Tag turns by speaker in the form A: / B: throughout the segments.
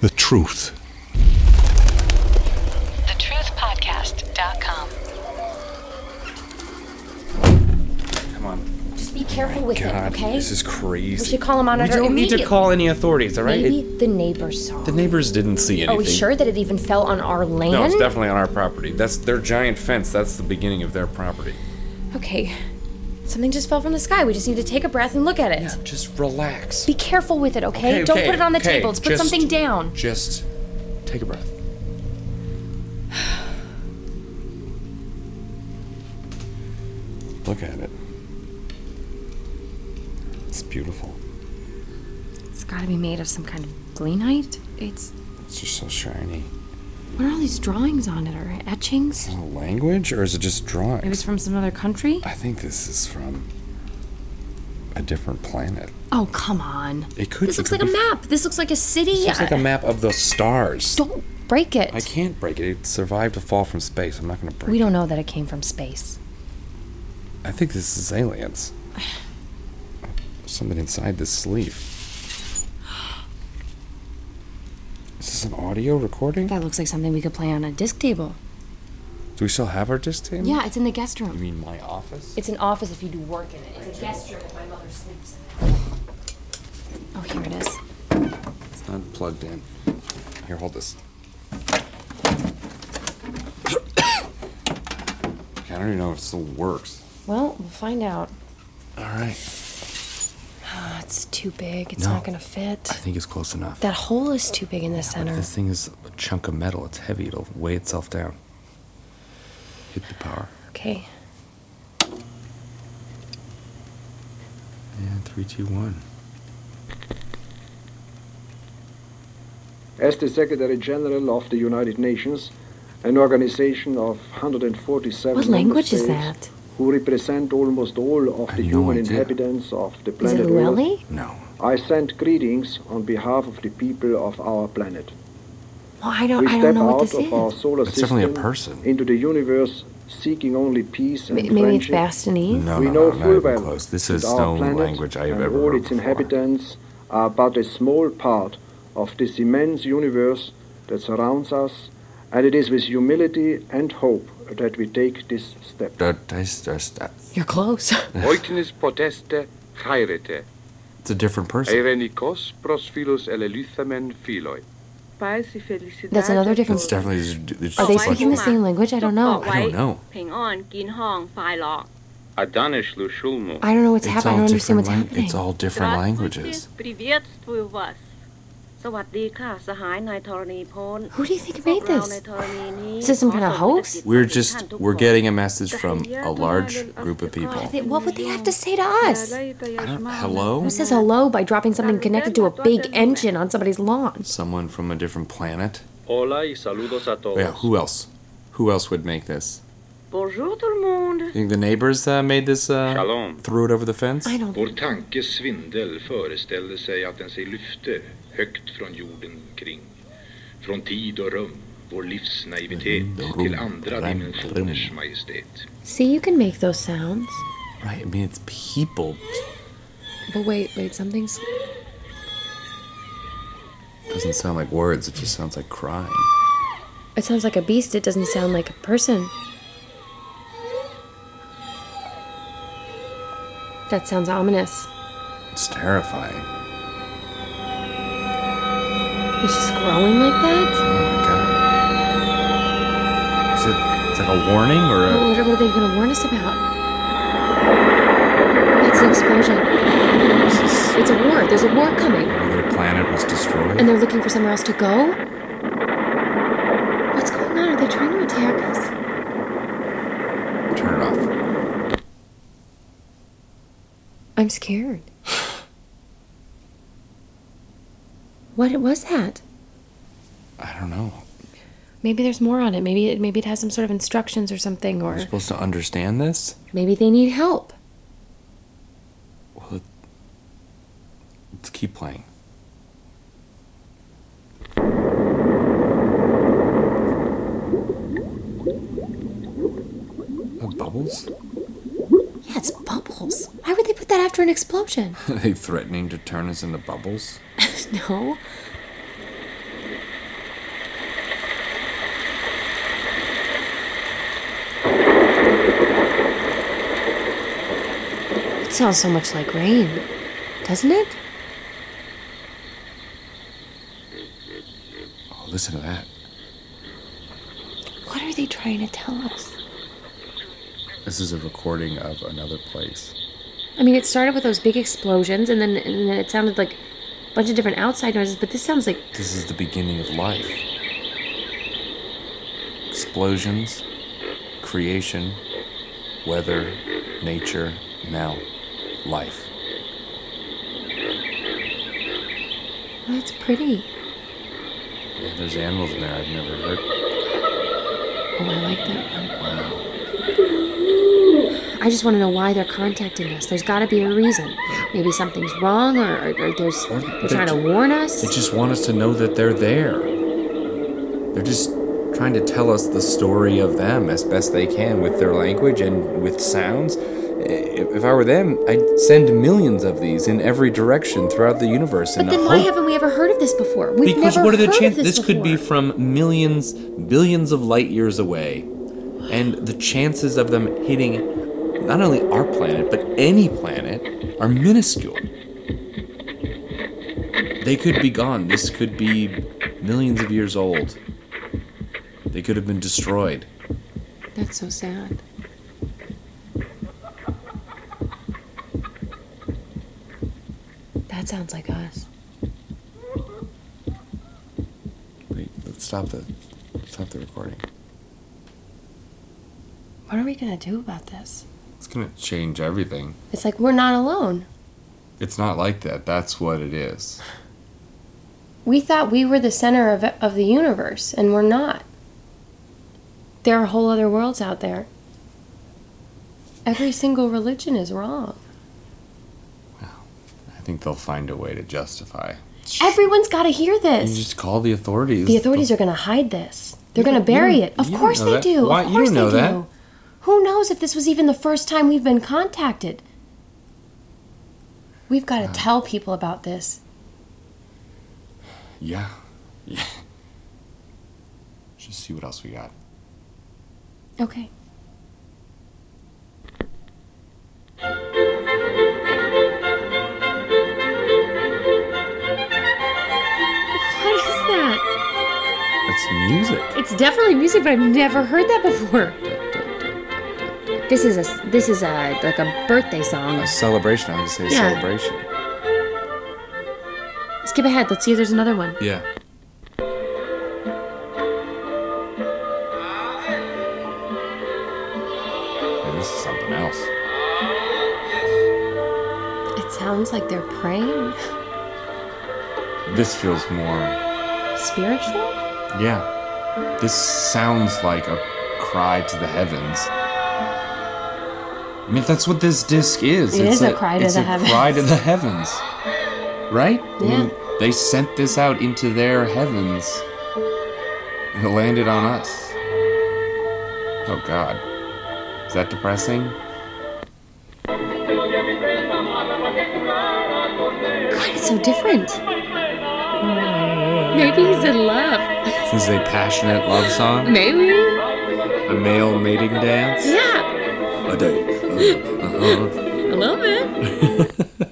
A: The truth.
B: thetruthpodcast.com.
C: Come on.
D: Just be careful with
C: God,
D: it, okay?
C: this is crazy.
D: We should call a
C: We
D: monitor
C: don't need to
D: immediately.
C: call any authorities, all right?
D: Maybe
C: It-
D: the neighbors saw.
C: the neighbors didn't see anything.
D: Are we sure that it even fell on our land?
C: No, it's definitely on our property. That's their giant fence. That's the beginning of their property.
D: okay. Something just fell from the sky. We just need to take a breath and look at it.
C: Just relax.
D: Be careful with it, okay? Don't put it on the
C: okay,
D: table. Let's put
C: just-
D: something down.
C: Just take a breath. Look at it. It's beautiful.
D: It's gotta be made of some kind of glenite. It's.
C: It's just so shiny.
D: What are all these drawings on it? Are etchings?
C: Is it language or is it just drawings?
D: It was from some other country?
C: I think this is from a different planet.
D: Oh, come on.
C: It could.
D: This
C: it
D: looks
C: could
D: like a
C: be-
D: map. This looks like a city. Uh,
C: This looks like a map of the stars.
D: Don't break it.
C: I can't break it. It survived a fall from space. I'm not gonna break.
D: We
C: it.
D: don't know that it came from space.
C: I think this is aliens. Something inside this sleeve. Is this an audio recording?
D: That looks like something we could play on a disc table.
C: Do we still have our disc tape?
D: Yeah, it's in the guest room.
C: You mean my office?
D: It's an office if you do work in it. It's a guest room if my mother sleeps in it. Oh, here it is.
C: It's not plugged in. Here, hold this. Okay, I don't even know if it still works.
D: Well, we'll find out.
C: All right.
D: Oh, it's too big. It's
C: No.
D: not going to fit.
C: I think it's close enough.
D: That hole is too big in the center.
C: This thing is a chunk of metal. It's heavy. It'll weigh itself down. Hit the power.
D: Okay.
C: Yeah, three, two, one.
E: As the Secretary General of the United Nations, an organization of 147
D: What
E: member
D: language is
E: states
D: that?
E: who represent almost all of
C: I
E: the
C: have no
E: human
C: idea.
E: inhabitants of the
D: Is
E: planet
D: it Llewellyn?
C: No.
E: Earth, I send greetings on behalf of the people of our planet.
D: Well, I don't.
E: We
D: I
E: step
D: don't know what
E: out
D: this
E: of our
D: is.
E: solar
C: It's
E: system
C: definitely a person.
E: into the universe, seeking only peace and
D: M- Maybe it's
E: friendship.
D: Bastinese.
C: No,
E: we
C: no,
E: know
C: no, not
E: full
C: even
E: well
C: close. This
E: that
C: is
E: our
C: no
E: planet
C: language I have
E: and
C: ever
E: all
C: heard
E: its
C: before.
E: inhabitants are but a small part of this immense universe that surrounds us, and it is with humility and hope that we take this step.
C: That is just, that's-
D: You're close.
F: Oiknis poteste chairete,
C: it's a different person.
F: eirenikos pros philos eleluthamen philoi.
D: That's another different.
C: It's definitely. It's just
D: Are they
C: like-
D: speaking the same language? I don't know.
C: I don't know.
F: Adanish lu shulmu.
D: I don't know what's
C: It's
D: happening.
C: all
D: I don't understand
C: different
D: what's
C: lang-
D: happening.
C: It's all different languages.
G: приветствую вас สวัสดีค่ะสหายนายธรณีพล
D: Who do you think
G: พวก
D: made
G: เราใน
D: this?
G: ธรณีนี้
D: Is this some kind of hoax?
C: We're just, we're getting a message from a large group of people.
D: They- What would they have to say to us?
C: Hello?
D: Who says hello by dropping something connected to a big engine on somebody's lawn?
C: Someone from a different planet? Oh,
F: Hola y saludos a todos.
C: Yeah, who else? Who else would make this?
G: Bonjour tout le monde
C: You think the neighbors uh, made this, uh,
F: Shalom.
C: threw it over the fence?
D: I don't.
H: Vår tankes svindel föreställde sig att den sig lyfte högt från jorden kring. Från tid och rum, vår livs naivitet
C: Rum,
H: till
C: rum,
H: andra dimensioners majestät.
D: See, you can make those sounds.
C: Right, I mean, it's people.
D: But wait, wait, something's.
C: doesn't sound like words, it just sounds like crying.
D: It sounds like a beast. It doesn't sound like a person. That sounds ominous.
C: It's terrifying.
D: It's just growing like
C: Oh
D: that.
C: my god. Is it, is it a warning or
D: What
C: a.
D: what are they going to warn us about? That's an explosion.
C: Is this,
D: It's a war. Their There's a war coming,
C: their planet was destroyed?
D: and they're looking for somewhere else to go. Are they trying to attack us?
C: Turn it off.
D: I'm scared. what was that?
C: I don't know.
D: Maybe there's more on it. Maybe it, maybe it has some sort of instructions or something,
C: We're
D: or
C: supposed to understand this?
D: maybe they need help.
C: Well, it, let's keep playing. Uh, bubbles?
D: Yeah, it's bubbles. Why would they put that after an explosion?
C: Are they threatening to turn us into bubbles?
D: no. It sounds so much like rain, doesn't it?
C: Oh, listen to that.
D: What are they trying to tell us?
C: This is a recording of another place.
D: I mean, it started with those big explosions, and then and then it sounded like a bunch of different outside noises. But this sounds like
C: This is the beginning of life. Explosions, creation, weather, nature, now, life.
D: well, it's pretty.
C: Yeah, there's animals in there I've never heard.
D: Oh, I like that one.
C: Wow.
D: I just want to know why they're contacting us. There's got to be a reason. Maybe something's wrong, or, or, or there's
C: Or
D: they're
C: they
D: trying to
C: ju-
D: warn us.
C: They just want us to know that they're there. They're just trying to tell us the story of them as best they can with their language and with sounds. I- If I were them, I'd send millions of these in every direction throughout the universe.
D: but
C: in
D: then
C: a
D: why
C: hope-
D: haven't we ever heard of this before? We've
C: because
D: never
C: what are the
D: heard of
C: chances this, could be
D: before.
C: from millions billions of light years away and the chances of them hitting not only our planet but any planet are minuscule they could be gone this could be millions of years old they could have been destroyed
D: That's so sad. That sounds like us.
C: wait let's stop the stop the recording
D: What are we gonna do about this?
C: it's gonna change everything
D: It's like we're not alone.
C: it's not like that that's what it is
D: We thought we were the center of, of the universe, and we're not. There are whole other worlds out there. Every single religion is wrong.
C: i think they'll find a way to justify
D: Everyone's got to hear
C: You
D: this.
C: just call the authorities.
D: The authorities are going to hide this. They're going to bury
C: you-
D: it. Of
C: you
D: course
C: know
D: they
C: that.
D: do.
C: Why-
D: Of
C: you
D: course
C: know
D: they
C: that.
D: do. Who knows if this was even the first time we've been contacted? We've got to tell people about this.
C: Yeah. Yeah. Just see what else we got.
D: Okay. What is that?
C: It's music.
D: It's definitely music, but I've never heard that before. This is a this is a like a birthday song.
C: A celebration. I would say
D: Yeah.
C: celebration.
D: Skip ahead. Let's see if there's another one.
C: Yeah. Man, this is something else.
D: It sounds like they're praying.
C: This feels more.
D: Spiritual?
C: Yeah. This sounds like a cry to the heavens. I mean, that's what this disc is.
D: It is a cry to
C: it's
D: the
C: a
D: heavens.
C: cry to the heavens. Right? I
D: Yeah.
C: mean, they sent this out into their heavens. And it landed on us. Oh, God. Is that depressing?
D: God, it's so different. Maybe he's in love.
C: This is a passionate love song.
D: Maybe.
C: A male mating dance.
D: Yeah.
C: A day. Uh, uh-huh.
D: A little bit.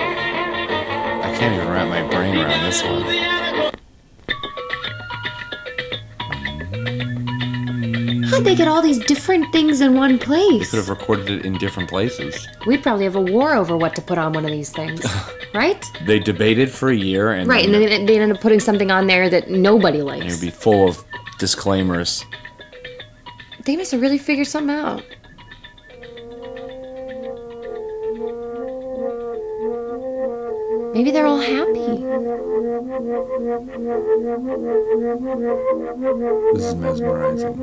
C: I can't even wrap my brain around this one.
D: How'd they get all these different things in
C: They
D: one place?
C: could have recorded it in different places.
D: We'd probably have a war over what to put on one of these things,
B: right?
C: They debated for a year and
B: Right, and then they ended up putting something on there that nobody likes.
C: it'd be full of disclaimers.
B: They must have really figured something out. Maybe they're all happy.
C: This is mesmerizing.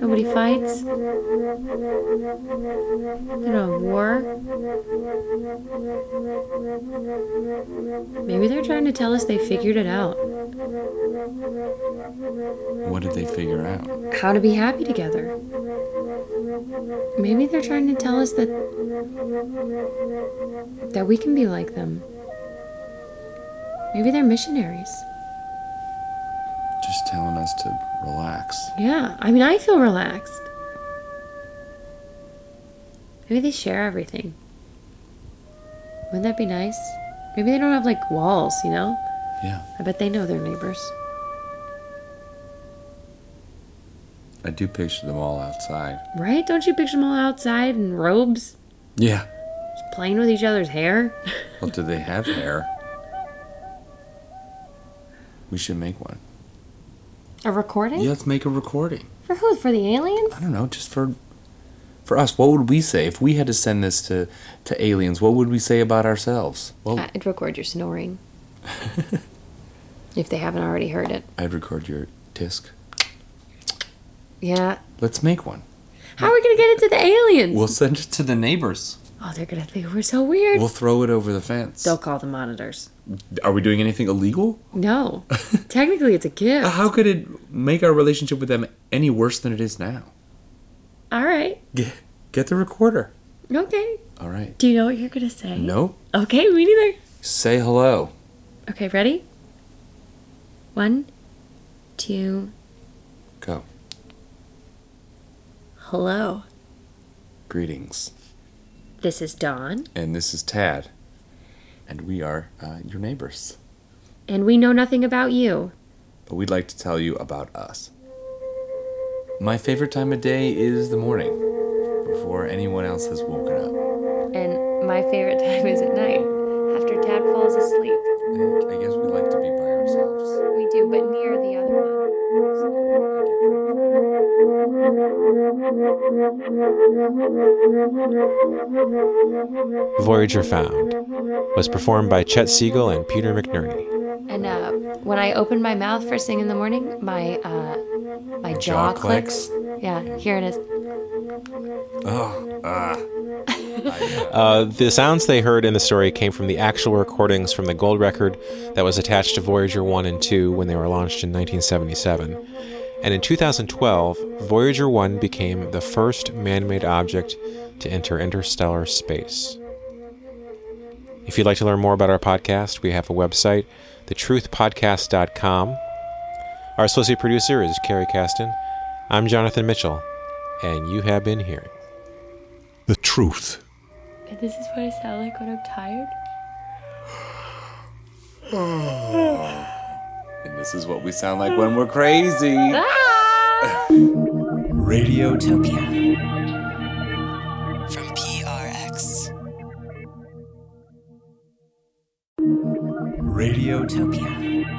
D: Nobody fights. They don't have war. Maybe they're trying to tell us they figured it out.
C: What did they figure out?
D: How to be happy together. Maybe they're trying to tell us that that we can be like them. Maybe they're missionaries.
C: Just telling us to relax.
D: Yeah, I mean, I feel relaxed. Maybe they share everything. Wouldn't that be nice? Maybe they don't have like walls, you know?
C: Yeah.
D: I bet they know their neighbors.
C: I do picture them all outside.
D: Right? Don't you picture them all outside in robes,
C: Yeah.
D: just playing with each other's hair?
C: Well, do they have hair? We should make one.
D: A recording?
C: Yeah, let's make a recording.
D: For who? For the aliens?
C: I don't know, just for for us. What would we say if we had to send this to to aliens? What would we say about ourselves? Well,
B: I'd record your snoring. if they haven't already heard it.
C: I'd record your disc.
B: Yeah.
C: Let's make one.
B: How are we going to get it to the aliens?
C: We'll send it to the neighbors.
B: oh, they're going to think we're so weird.
C: We'll throw it over the fence.
D: They'll call the monitors.
C: Are we doing anything illegal?
D: No. Technically, it's a gift.
C: Uh, How could it make our relationship with them any worse than it is now?
D: All right.
C: Get, get the recorder.
D: Okay.
C: All right.
D: Do you know what you're going to say?
C: No.
D: Okay, me neither.
C: Say hello.
D: Okay, ready? One, two,
C: Go.
D: hello.
C: Greetings.
D: This is Dawn,
C: And this is Tad. And we are uh, your neighbors.
D: and we know nothing about you.
C: but we'd like to tell you about us. My favorite time of day is the morning, before anyone else has woken up.
B: And my favorite time is at night, after Dad falls asleep.
C: And I guess we like to be by ourselves.
B: We do, but near the other one.
I: Voyager Found was performed by Chet Siegel and Peter McNerney.
B: And uh, when I open my mouth first thing in the morning, my uh, my jaw,
C: Jaw clicks.
B: Yeah, here it is.
C: Oh,
I: Uh, the sounds they heard in the story came from the actual recordings from the gold record that was attached to Voyager 1 and 2 when they were launched in 1977. And in 2012, Voyager 1 became the first man made object to enter interstellar space. If you'd like to learn more about our podcast, we have a website, thetruthpodcast.com. Our associate producer is Carrie Kasten. I'm Jonathan Mitchell, and you have been hearing.
A: The truth.
D: And this is what I sound like when I'm tired.
C: and this is what we sound like when we're crazy. Radiotopia.
J: From PRX.
A: Radiotopia.